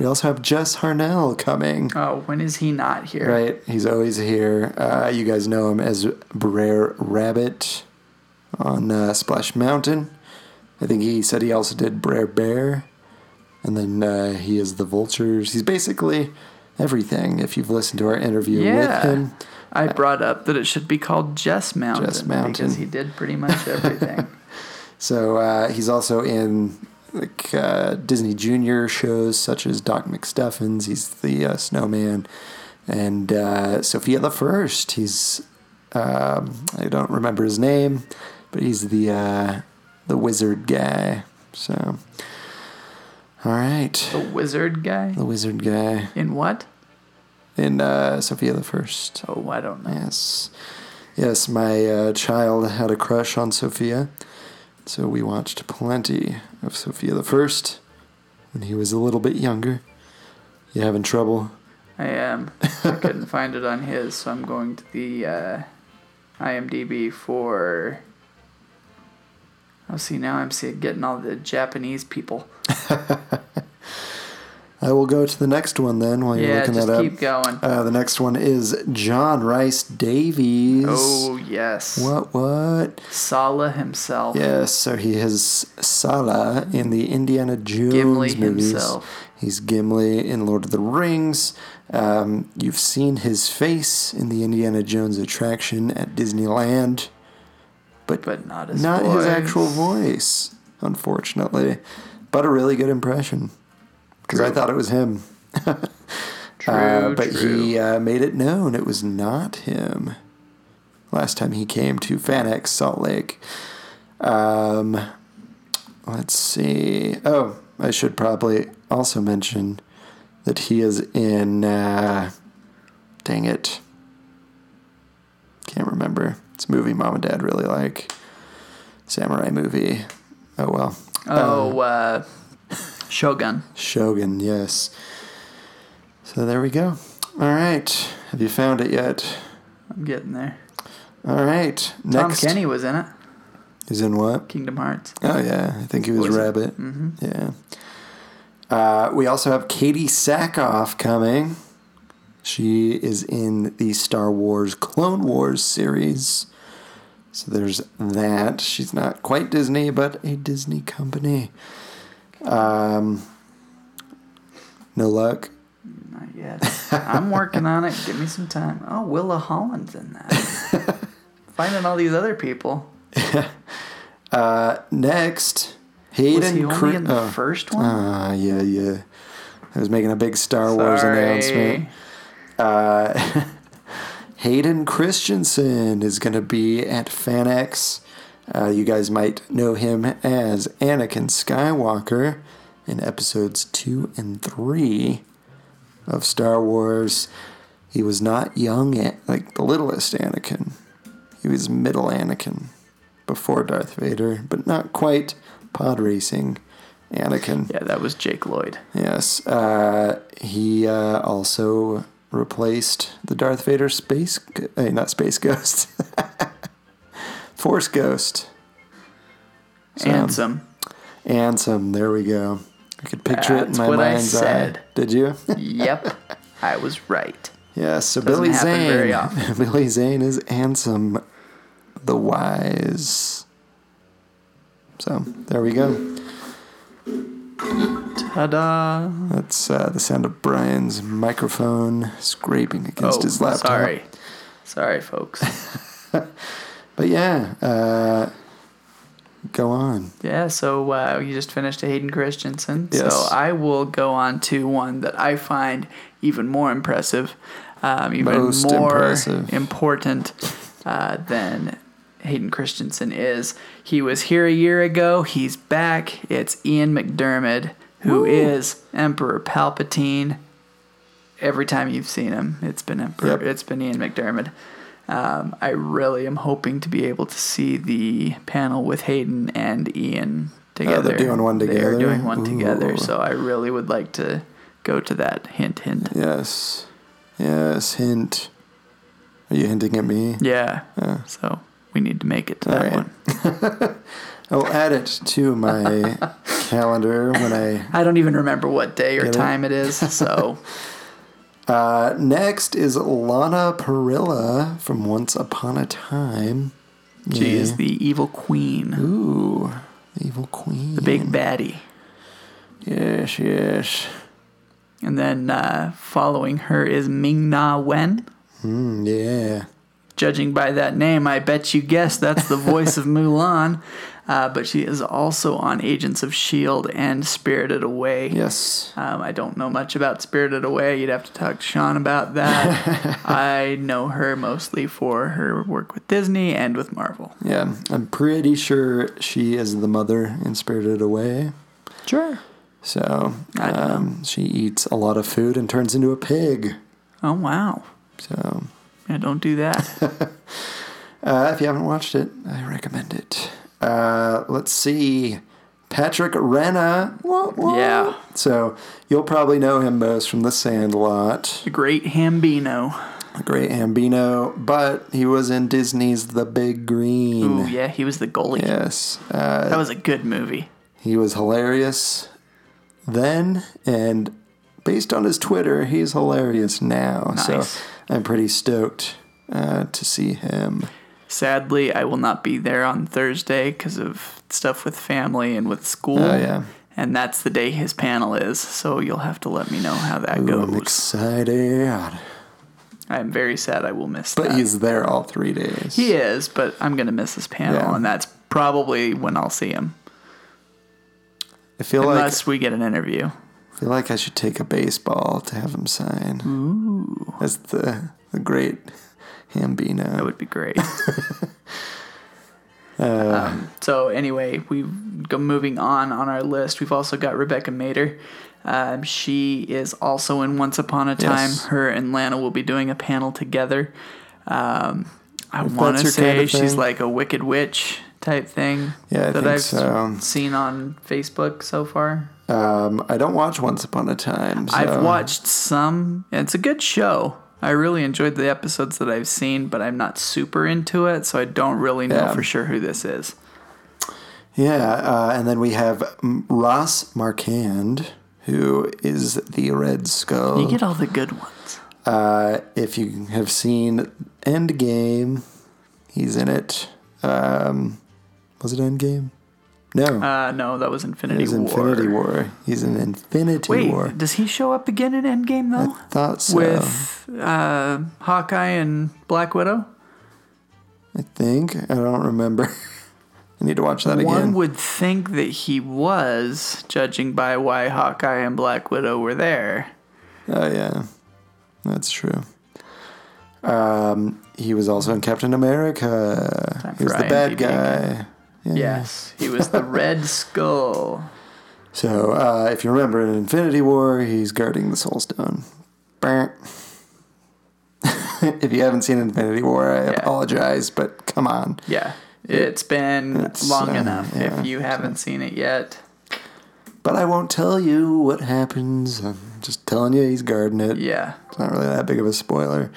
Speaker 5: we also have Jess Harnell coming.
Speaker 6: Oh, when is he not here?
Speaker 5: Right, he's always here. Uh, you guys know him as Brer Rabbit on uh, Splash Mountain. I think he said he also did Brer Bear, and then uh, he is the Vultures. He's basically everything. If you've listened to our interview
Speaker 6: Yeah.
Speaker 5: with him,
Speaker 6: I brought up that it should be called Jess Mountain,
Speaker 5: Jess Mountain.
Speaker 6: because he did pretty much
Speaker 5: [laughs]
Speaker 6: everything.
Speaker 5: So uh, he's also in like uh, Disney Junior shows such as Doc McStuffins. He's the uh, snowman, and uh, Sophia the First. He's um, I don't remember his name, but he's the uh, the wizard guy. So all right,
Speaker 6: the wizard guy?
Speaker 5: the wizard guy
Speaker 6: In what?
Speaker 5: in uh, Sophia the First.
Speaker 6: Oh, I don't know.
Speaker 5: Yes. Yes, my uh, child had a crush on Sophia, so we watched plenty of Sophia the First when he was a little bit younger. You having trouble?
Speaker 6: I am.
Speaker 5: [laughs]
Speaker 6: I couldn't find it on his, so I'm going to the uh, IMDb for. Oh, see, now I'm see getting all the Japanese people.
Speaker 5: I will go to the next one then while you're
Speaker 6: yeah,
Speaker 5: looking that
Speaker 6: just
Speaker 5: up.
Speaker 6: keep going.
Speaker 5: Uh, the next one is John Rice Davies.
Speaker 6: oh, yes.
Speaker 5: What, what?
Speaker 6: Sala himself.
Speaker 5: Yes, so he is Sala in the Indiana Jones
Speaker 6: Gimli
Speaker 5: movies.
Speaker 6: himself.
Speaker 5: He's Gimli in Lord of the Rings. Um, you've seen his face in the Indiana Jones attraction at Disneyland, but,
Speaker 6: But not his
Speaker 5: not his
Speaker 6: voice.
Speaker 5: actual voice, unfortunately. But a really good impression because I thought it was him. [laughs]
Speaker 6: True,
Speaker 5: Uh, but
Speaker 6: true.
Speaker 5: he uh, made it known it was not him. Last time he came to Fanex, Salt Lake. Um, let's see. Oh, I should probably also mention that he is in. Uh, dang it. Can't remember. It's a movie mom and dad really like. Samurai movie. Oh well.
Speaker 6: Oh, uh, Shogun.
Speaker 5: Shogun, yes. So there we go. All right. Have you found it yet?
Speaker 6: I'm getting there.
Speaker 5: All right.
Speaker 6: Tom
Speaker 5: Next.
Speaker 6: Kenny was in it.
Speaker 5: He's in what?
Speaker 6: Kingdom Hearts.
Speaker 5: Oh yeah, I think he was,
Speaker 6: Was it?
Speaker 5: Rabbit. Mm-hmm. Yeah. Uh, we also have Katie Sackhoff coming. She is in the Star Wars Clone Wars series. So there's that. She's not quite Disney, but a Disney company. Um, no luck.
Speaker 6: Not yet. I'm working on it. Give me some time. Oh, Willa Holland's in that.
Speaker 5: [laughs]
Speaker 6: Finding all these other people.
Speaker 5: Next,
Speaker 6: Was he
Speaker 5: Hayden.
Speaker 6: only
Speaker 5: Cre-
Speaker 6: in the
Speaker 5: oh.
Speaker 6: first one?
Speaker 5: Ah, yeah, yeah. I was making a big Star Wars
Speaker 6: Sorry.
Speaker 5: announcement. Uh, [laughs] Hayden Christensen is going to be at FanX. Uh, you guys might know him as Anakin Skywalker in episodes two and three of Star Wars. He was not young, An- like the littlest Anakin. He was middle Anakin before Darth Vader, but not quite pod racing Anakin.
Speaker 6: Yeah, that was Jake Lloyd.
Speaker 5: Yes. Uh, he uh, also replaced the Darth Vader space, g- eh, not space ghost, [laughs] Force ghost,
Speaker 6: And some.
Speaker 5: and some. There we go. I could picture it in
Speaker 6: That's
Speaker 5: my
Speaker 6: what I
Speaker 5: mind's
Speaker 6: said.
Speaker 5: eye. Did you? [laughs]
Speaker 6: Yep. I was right.
Speaker 5: yeah. So
Speaker 6: Doesn't
Speaker 5: Billy
Speaker 6: happen very
Speaker 5: Zane. [laughs]
Speaker 6: often.
Speaker 5: Billy Zane is Ansem, the wise. So there we go.
Speaker 6: Ta-da.
Speaker 5: That's uh, the sound of Brian's microphone scraping against
Speaker 6: Oh,
Speaker 5: his laptop.
Speaker 6: sorry. Sorry, folks.
Speaker 5: But yeah, uh, go on.
Speaker 6: yeah, so uh, you just finished Hayden Christensen.
Speaker 5: Yes.
Speaker 6: So I will go on to one that I find even more impressive, um, even
Speaker 5: Most
Speaker 6: more
Speaker 5: impressive.
Speaker 6: important uh, than Hayden Christensen is. He was here a year ago. He's back. It's Ian McDermott, who is Emperor Palpatine. Every time you've seen him, it's been Emperor.
Speaker 5: Yep.
Speaker 6: It's been Ian McDermott. Um, I really am hoping to be able to see the panel with Hayden and Ian together.
Speaker 5: Oh, doing one
Speaker 6: They're
Speaker 5: together?
Speaker 6: doing one
Speaker 5: Ooh.
Speaker 6: together. So I really would like to go to that. Hint, hint.
Speaker 5: Yes. Yes, hint. Are you hinting at me?
Speaker 6: Yeah. So we need to make it to that
Speaker 5: Alright.
Speaker 6: one.
Speaker 5: I'll Oh, add it to
Speaker 6: [laughs]
Speaker 5: my calendar when I.
Speaker 6: I don't even remember what day or
Speaker 5: Get it?
Speaker 6: time
Speaker 5: [laughs]
Speaker 6: it is. So
Speaker 5: Uh, next is Lana Perilla from Once Upon a Time.
Speaker 6: she
Speaker 5: Yeah.
Speaker 6: is the evil queen,
Speaker 5: Ooh, evil queen.
Speaker 6: the big baddie.
Speaker 5: Yes, yes.
Speaker 6: And then uh, following her is Ming Na Wen.
Speaker 5: Mm, yeah.
Speaker 6: Judging by that name, I bet you guessed that's the voice [laughs] of Mulan. Uh, but she is also on Agents of S.H.I.E.L.D. E and Spirited Away.
Speaker 5: Yes.
Speaker 6: Um, I don't know much about Spirited Away. You'd have to talk to Sean about [laughs] that. I know her mostly for her work with Disney and with Marvel.
Speaker 5: Yeah. I'm pretty sure she is the mother in Spirited Away.
Speaker 6: Sure.
Speaker 5: So
Speaker 6: I don't know.
Speaker 5: um, she eats a lot of food and turns into a pig.
Speaker 6: Oh, wow.
Speaker 5: So
Speaker 6: Yeah, don't do that.
Speaker 5: uh, if you haven't watched it, I recommend it. Uh, let's see. Patrick Renna. What, what?
Speaker 6: Yeah.
Speaker 5: So you'll probably know him most from The Sandlot,
Speaker 6: the Great [laughs] Hambino.
Speaker 5: a great Ambino, but he was in Disney's The Big Green.
Speaker 6: Ooh, yeah, he was the goalie.
Speaker 5: Yes. Uh,
Speaker 6: That was a good movie.
Speaker 5: he was hilarious then, and based on his Twitter, he's hilarious now.
Speaker 6: Nice.
Speaker 5: So I'm pretty stoked uh, to see him.
Speaker 6: Sadly, I will not be there on Thursday because of stuff with family and with school.
Speaker 5: Oh, yeah.
Speaker 6: And that's the day his panel is. So you'll have to let me know how that
Speaker 5: Ooh, I'm
Speaker 6: goes.
Speaker 5: excited.
Speaker 6: I'm very sad I will miss
Speaker 5: But
Speaker 6: that.
Speaker 5: he's there all three days.
Speaker 6: He is, but I'm gonna miss this panel,
Speaker 5: Yeah.
Speaker 6: and that's probably when I'll see him,
Speaker 5: I feel like
Speaker 6: unless we get an interview.
Speaker 5: I feel like I should take a baseball to have him sign. Ooh. That's the the great Hambino.
Speaker 6: That would
Speaker 5: [laughs]
Speaker 6: be great.
Speaker 5: Uh,
Speaker 6: Um, so anyway, we go moving on on our list. We've also got Rebecca Mater. Um, she is also in Once Upon a Time.
Speaker 5: Yes.
Speaker 6: Her and Lana will be doing a panel together. Um, I
Speaker 5: If
Speaker 6: want
Speaker 5: that's
Speaker 6: to
Speaker 5: your
Speaker 6: say
Speaker 5: kind of
Speaker 6: she's
Speaker 5: thing.
Speaker 6: like a wicked witch type thing
Speaker 5: Yeah, I
Speaker 6: that
Speaker 5: think
Speaker 6: I've
Speaker 5: so.
Speaker 6: seen on Facebook so far.
Speaker 5: Um, I don't watch Once Upon a Time. So
Speaker 6: I've watched some. and It's a good show. I really enjoyed the episodes that I've seen, but I'm not super into it, so I don't really know
Speaker 5: Yeah.
Speaker 6: for sure who this is.
Speaker 5: Yeah, uh, and then we have mm, Ross Marquand, who is the Red Skull.
Speaker 6: You get all the good ones.
Speaker 5: Uh, if you have seen Endgame, he's in it. Um, was it Endgame? No,
Speaker 6: Uh, no, that was
Speaker 5: it
Speaker 6: Infinity
Speaker 5: was
Speaker 6: War.
Speaker 5: Infinity War. He's in Infinity
Speaker 6: Wait,
Speaker 5: War.
Speaker 6: does he show up again in Endgame though?
Speaker 5: Thought so.
Speaker 6: With uh, Hawkeye and Black Widow?
Speaker 5: I think I don't remember. [laughs] I need to watch that
Speaker 6: One
Speaker 5: again.
Speaker 6: would think that he was, judging by why Hawkeye and Black Widow were there.
Speaker 5: oh yeah, that's true. Um, he was also in Captain America.
Speaker 6: Time
Speaker 5: he was
Speaker 6: for
Speaker 5: the bad
Speaker 6: IMDb.
Speaker 5: guy.
Speaker 6: Yes, he was
Speaker 5: [laughs]
Speaker 6: the Red Skull.
Speaker 5: So, uh, if you remember in Infinity War, he's guarding the Soul Stone. Brr. [laughs] if you haven't seen Infinity War, I apologize, but come on.
Speaker 6: Yeah, it's been
Speaker 5: It's,
Speaker 6: long
Speaker 5: uh,
Speaker 6: enough.
Speaker 5: yeah,
Speaker 6: if you haven't seen it yet,
Speaker 5: But I won't tell you what happens. I'm just telling you he's guarding it.
Speaker 6: yeah,
Speaker 5: It's not really that big of a spoiler.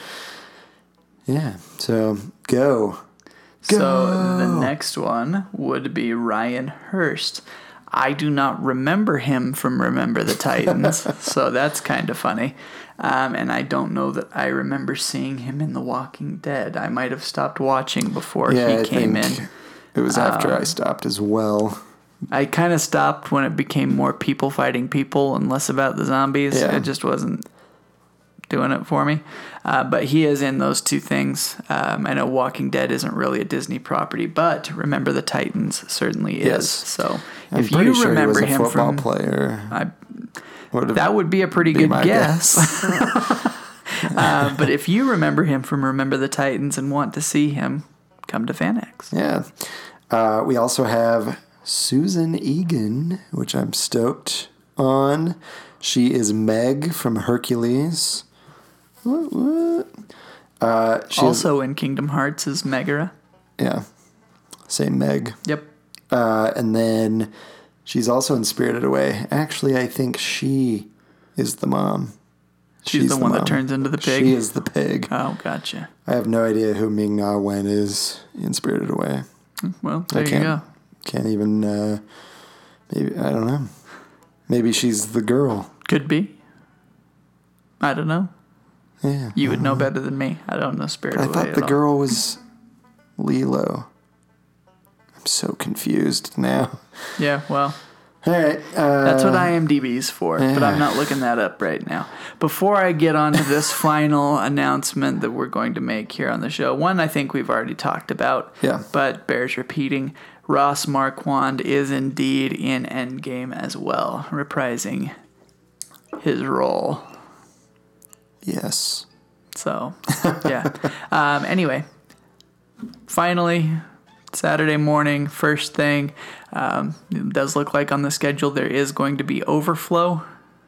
Speaker 5: Yeah. So, go.
Speaker 6: So the next one would be Ryan Hurst. I do not remember him from Remember the Titans,
Speaker 5: [laughs]
Speaker 6: so that's kind of funny. Um, and I don't know that I remember seeing him in The Walking Dead. I might have stopped watching before
Speaker 5: Yeah,
Speaker 6: he
Speaker 5: I
Speaker 6: came
Speaker 5: think
Speaker 6: in. Um,
Speaker 5: It was after I stopped as well.
Speaker 6: I kind of stopped when it became more people fighting people and less about the zombies.
Speaker 5: Yeah.
Speaker 6: It just wasn't doing it for me. Uh, but he is in those two things. Um, I know Walking Dead isn't really a Disney property, but Remember the Titans certainly is.
Speaker 5: Yes.
Speaker 6: So
Speaker 5: I'm
Speaker 6: if
Speaker 5: pretty
Speaker 6: you
Speaker 5: sure
Speaker 6: remember
Speaker 5: he was a
Speaker 6: him
Speaker 5: football
Speaker 6: from
Speaker 5: player.
Speaker 6: I-
Speaker 5: Would have
Speaker 6: that would be a pretty good
Speaker 5: my
Speaker 6: guess. Uh, but if you remember him from Remember the Titans and want to see him, come to
Speaker 5: [laughs]
Speaker 6: FanX.
Speaker 5: Yeah. Uh, we also have Susan Egan, which I'm stoked on. She is Meg from Hercules. What, what? Uh, she's,
Speaker 6: Also in Kingdom Hearts is Megara.
Speaker 5: yeah, same Meg.
Speaker 6: Yep.
Speaker 5: Uh, and then she's also in Spirited Away. Actually, I think she is the mom.
Speaker 6: She's, the, one
Speaker 5: mom.
Speaker 6: that turns into the pig.
Speaker 5: She is the pig.
Speaker 6: Oh, gotcha.
Speaker 5: I have no idea who Ming Na Wen is in Spirited Away.
Speaker 6: Well, there
Speaker 5: I
Speaker 6: you
Speaker 5: can't
Speaker 6: go.
Speaker 5: can't even uh, maybe I don't know. Maybe she's the girl.
Speaker 6: Could be. I don't know.
Speaker 5: Yeah. Uh-huh.
Speaker 6: You would know better than me. I don't know spirit.
Speaker 5: I
Speaker 6: Away
Speaker 5: thought
Speaker 6: at
Speaker 5: the
Speaker 6: all.
Speaker 5: girl was Lilo. I'm so confused now. [laughs]
Speaker 6: Yeah, well,
Speaker 5: All right. Uh,
Speaker 6: that's what IMDb's for, but I'm not looking that up right now. Before I get on
Speaker 5: [laughs]
Speaker 6: to this final announcement that we're going to make here on the show, one I think we've already talked about,
Speaker 5: Yeah.
Speaker 6: but bears repeating. Ross Marquand is indeed in Endgame as well, reprising his role.
Speaker 5: yes.
Speaker 6: So, yeah. um, anyway, finally, Saturday morning, first thing. Um, it does look like on the schedule there is going to be overflow.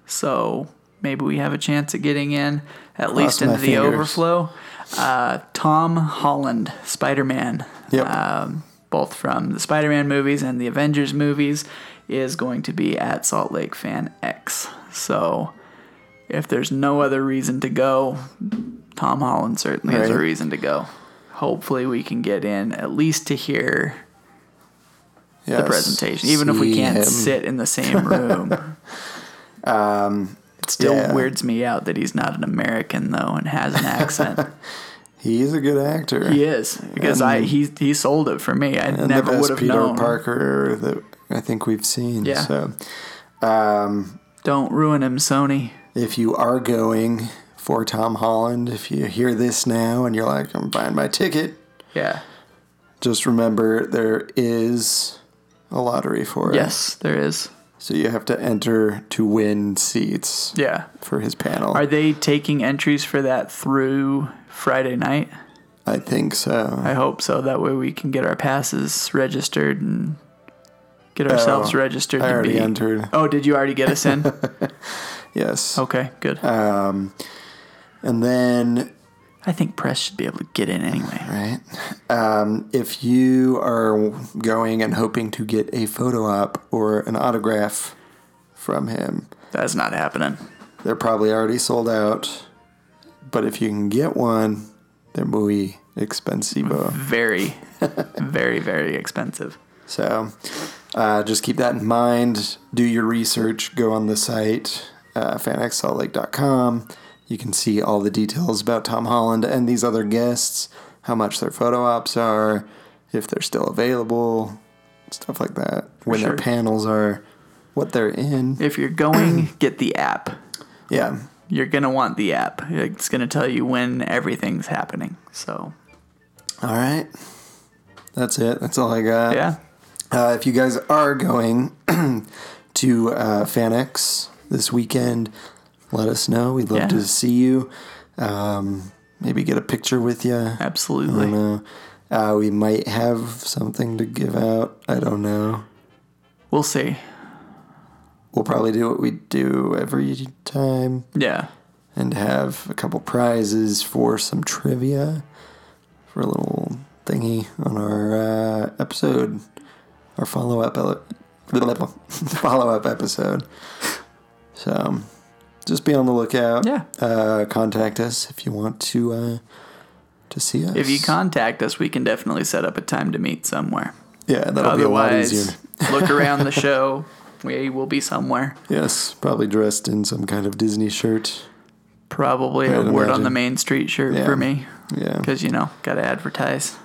Speaker 6: So maybe we have a chance at getting in, at least
Speaker 5: my
Speaker 6: into the
Speaker 5: fingers.
Speaker 6: overflow. Uh, Tom Holland, Spider Man,
Speaker 5: Yep.
Speaker 6: um, both from the Spider Man movies and the Avengers movies, is going to be at Salt Lake Fan X. So if there's no other reason to go, Tom Holland certainly is a
Speaker 5: Right.
Speaker 6: reason to go. Hopefully, we can get in at least to hear the
Speaker 5: Yes.
Speaker 6: presentation, even if we
Speaker 5: See
Speaker 6: can't
Speaker 5: him.
Speaker 6: sit in
Speaker 5: [laughs]
Speaker 6: the same room. um, it still
Speaker 5: yeah.
Speaker 6: weirds me out that he's not an American though and has
Speaker 5: [laughs]
Speaker 6: an accent.
Speaker 5: He's a good actor.
Speaker 6: he is because I he he sold it for me. I
Speaker 5: And the
Speaker 6: never would
Speaker 5: best
Speaker 6: have
Speaker 5: Peter
Speaker 6: known.
Speaker 5: Parker that I think we've seen.
Speaker 6: Yeah.
Speaker 5: So, um,
Speaker 6: Don't ruin him, Sony.
Speaker 5: if you are going for Tom Holland, if you hear this now and you're like, I'm buying my ticket,
Speaker 6: Yeah.
Speaker 5: just remember there is a lottery for it.
Speaker 6: Yes, there is.
Speaker 5: So you have to enter to win seats
Speaker 6: Yeah.
Speaker 5: for his panel.
Speaker 6: Are they taking entries for that through Friday night?
Speaker 5: I think so.
Speaker 6: I hope so. That way we can get our passes registered and get ourselves
Speaker 5: Oh,
Speaker 6: registered.
Speaker 5: I
Speaker 6: to
Speaker 5: already
Speaker 6: be...
Speaker 5: entered.
Speaker 6: Oh, did you already get
Speaker 5: [laughs]
Speaker 6: us in?
Speaker 5: Yes. Uh,
Speaker 6: okay, good.
Speaker 5: Um, and then
Speaker 6: I think press should be able to get in anyway.
Speaker 5: right? Um, if you are going and hoping to get a photo op or an autograph from him,
Speaker 6: That's not happening.
Speaker 5: they're probably already sold out. But if you can get one, they're muy expensivo. [laughs]
Speaker 6: Very, very, very expensive.
Speaker 5: So uh, just keep that in mind. Do your research. Go on the site, uh, fanxsaltlake.com. You can see all the details about Tom Holland and these other guests, how much their photo ops are, if they're still available, stuff like that. When
Speaker 6: sure.
Speaker 5: their panels are, what they're in.
Speaker 6: If
Speaker 5: [clears throat]
Speaker 6: you're going, get the app.
Speaker 5: Yeah.
Speaker 6: You're gonna want the app. It's gonna tell you when everything's happening. So
Speaker 5: All right. That's it. That's all I got.
Speaker 6: yeah,
Speaker 5: Uh, if you guys are going [clears throat] to uh, FanX this weekend, let us know. We'd love
Speaker 6: Yeah.
Speaker 5: to see you. Um, maybe get a picture with you. I
Speaker 6: absolutely.
Speaker 5: don't know. Uh, we might have something to give out. I don't know.
Speaker 6: We'll see.
Speaker 5: We'll probably do what we do every time
Speaker 6: Yeah,
Speaker 5: and have a couple prizes for some trivia for a little thingy on our uh, episode, our follow up [laughs] follow up episode. So um, just be on the lookout.
Speaker 6: Yeah.
Speaker 5: Uh, contact us if you want to uh, to see us.
Speaker 6: if you contact us, we can definitely set up a time to meet somewhere.
Speaker 5: yeah, that'll be a lot easier. [laughs]
Speaker 6: Otherwise, look around the show. We will be somewhere.
Speaker 5: Yes, probably dressed in some kind of Disney shirt.
Speaker 6: Probably
Speaker 5: I'd
Speaker 6: a word on
Speaker 5: imagine.
Speaker 6: the main street shirt
Speaker 5: Yeah.
Speaker 6: for me
Speaker 5: Yeah.
Speaker 6: because you know gotta advertise.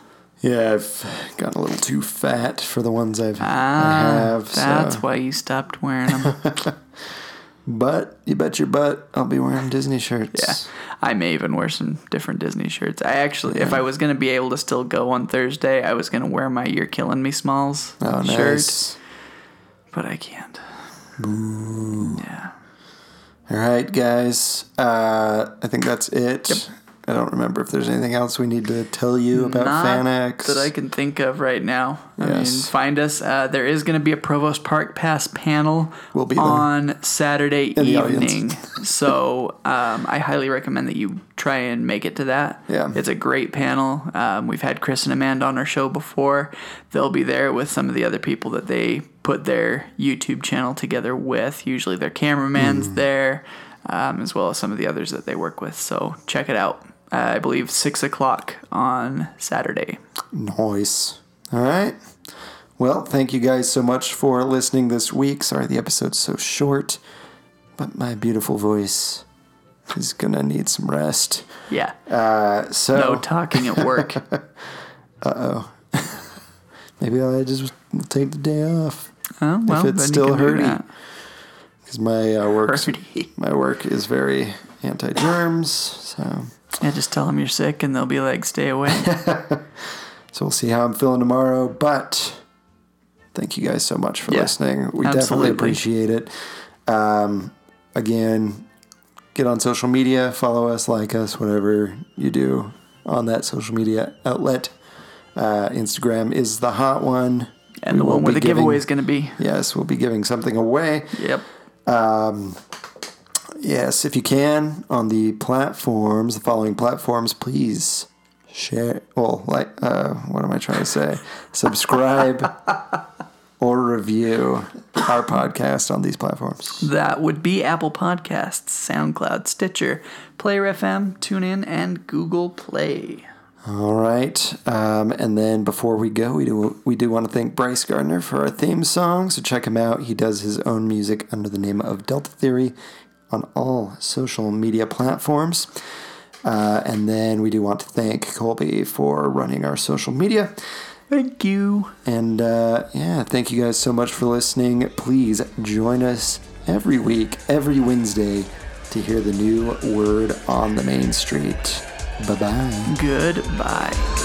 Speaker 5: Yeah, I've gotten a little too fat for the ones I've I
Speaker 6: Ah,
Speaker 5: have. so-
Speaker 6: that's why you stopped wearing
Speaker 5: [laughs]
Speaker 6: them.
Speaker 5: But you bet your butt I'll be wearing Disney shirts.
Speaker 6: I may even wear some different Disney shirts. I actually, if I was gonna be able to still go on Thursday, I was gonna wear my "You're Killing Me" Smalls
Speaker 5: Oh, nice.
Speaker 6: shirt, but I can't. Yeah,
Speaker 5: All right, guys. Uh, I think that's it. I don't remember if there's anything else we need to tell you about
Speaker 6: Not
Speaker 5: Fanex.
Speaker 6: that I can think of right now. I mean,
Speaker 5: Yes.
Speaker 6: find us. Uh, there is going to be a Provost Park Pass panel
Speaker 5: We'll be there.
Speaker 6: on Saturday
Speaker 5: the audience.
Speaker 6: evening. so um, I highly recommend that you try and make it to that.
Speaker 5: Yeah.
Speaker 6: It's a great panel. Um, we've had Chris and Amanda on our show before. They'll be there with some of the other people that they put their YouTube channel together with. Usually their cameraman's
Speaker 5: Mm.
Speaker 6: there, um, as well as some of the others that they work with. So check it out. Uh, I believe six o'clock on Saturday.
Speaker 5: Noise. All right. Well, thank you guys so much for listening this week. Sorry the episode's so short, but my beautiful voice is going to need some rest.
Speaker 6: Yeah.
Speaker 5: Uh, so
Speaker 6: No talking at
Speaker 5: [laughs]
Speaker 6: work.
Speaker 5: maybe I just take the day off
Speaker 6: oh, well,
Speaker 5: it's
Speaker 6: then
Speaker 5: still
Speaker 6: you can do
Speaker 5: hurting.
Speaker 6: that.
Speaker 5: because my uh, work's [laughs]
Speaker 6: Hurty.
Speaker 5: my work is very anti germs. So,
Speaker 6: Yeah, just tell them you're sick and they'll be like, stay away.
Speaker 5: so we'll see how I'm feeling tomorrow. But thank you guys so much for
Speaker 6: Yeah,
Speaker 5: listening. We definitely
Speaker 6: absolutely.
Speaker 5: appreciate it. Um, again, get on social media, follow us, like us, whatever you do on that social media outlet. Uh, Instagram is the hot one.
Speaker 6: And
Speaker 5: We
Speaker 6: the
Speaker 5: will
Speaker 6: one where
Speaker 5: be
Speaker 6: the
Speaker 5: giving-
Speaker 6: giveaway is going to be.
Speaker 5: Yes, we'll be giving something away.
Speaker 6: Yep.
Speaker 5: Yes, if you can on the platforms, the following platforms, please share. Well, like, uh, what am I trying to say? Subscribe or review our podcast on these platforms.
Speaker 6: That would be Apple Podcasts, SoundCloud, Stitcher, Player FM, TuneIn, and Google Play.
Speaker 5: All right, um, and then before we go, we do we do want to thank Bryce Gardner for our theme song. So check him out. He does his own music under the name of Delta Theory on all social media platforms. Uh, and then we do want to thank Colby for running our social media.
Speaker 6: Thank you.
Speaker 5: And uh, yeah, thank you guys so much for listening. Please join us every week, every Wednesday, to hear the new word on the main street. Bye bye.
Speaker 6: Goodbye.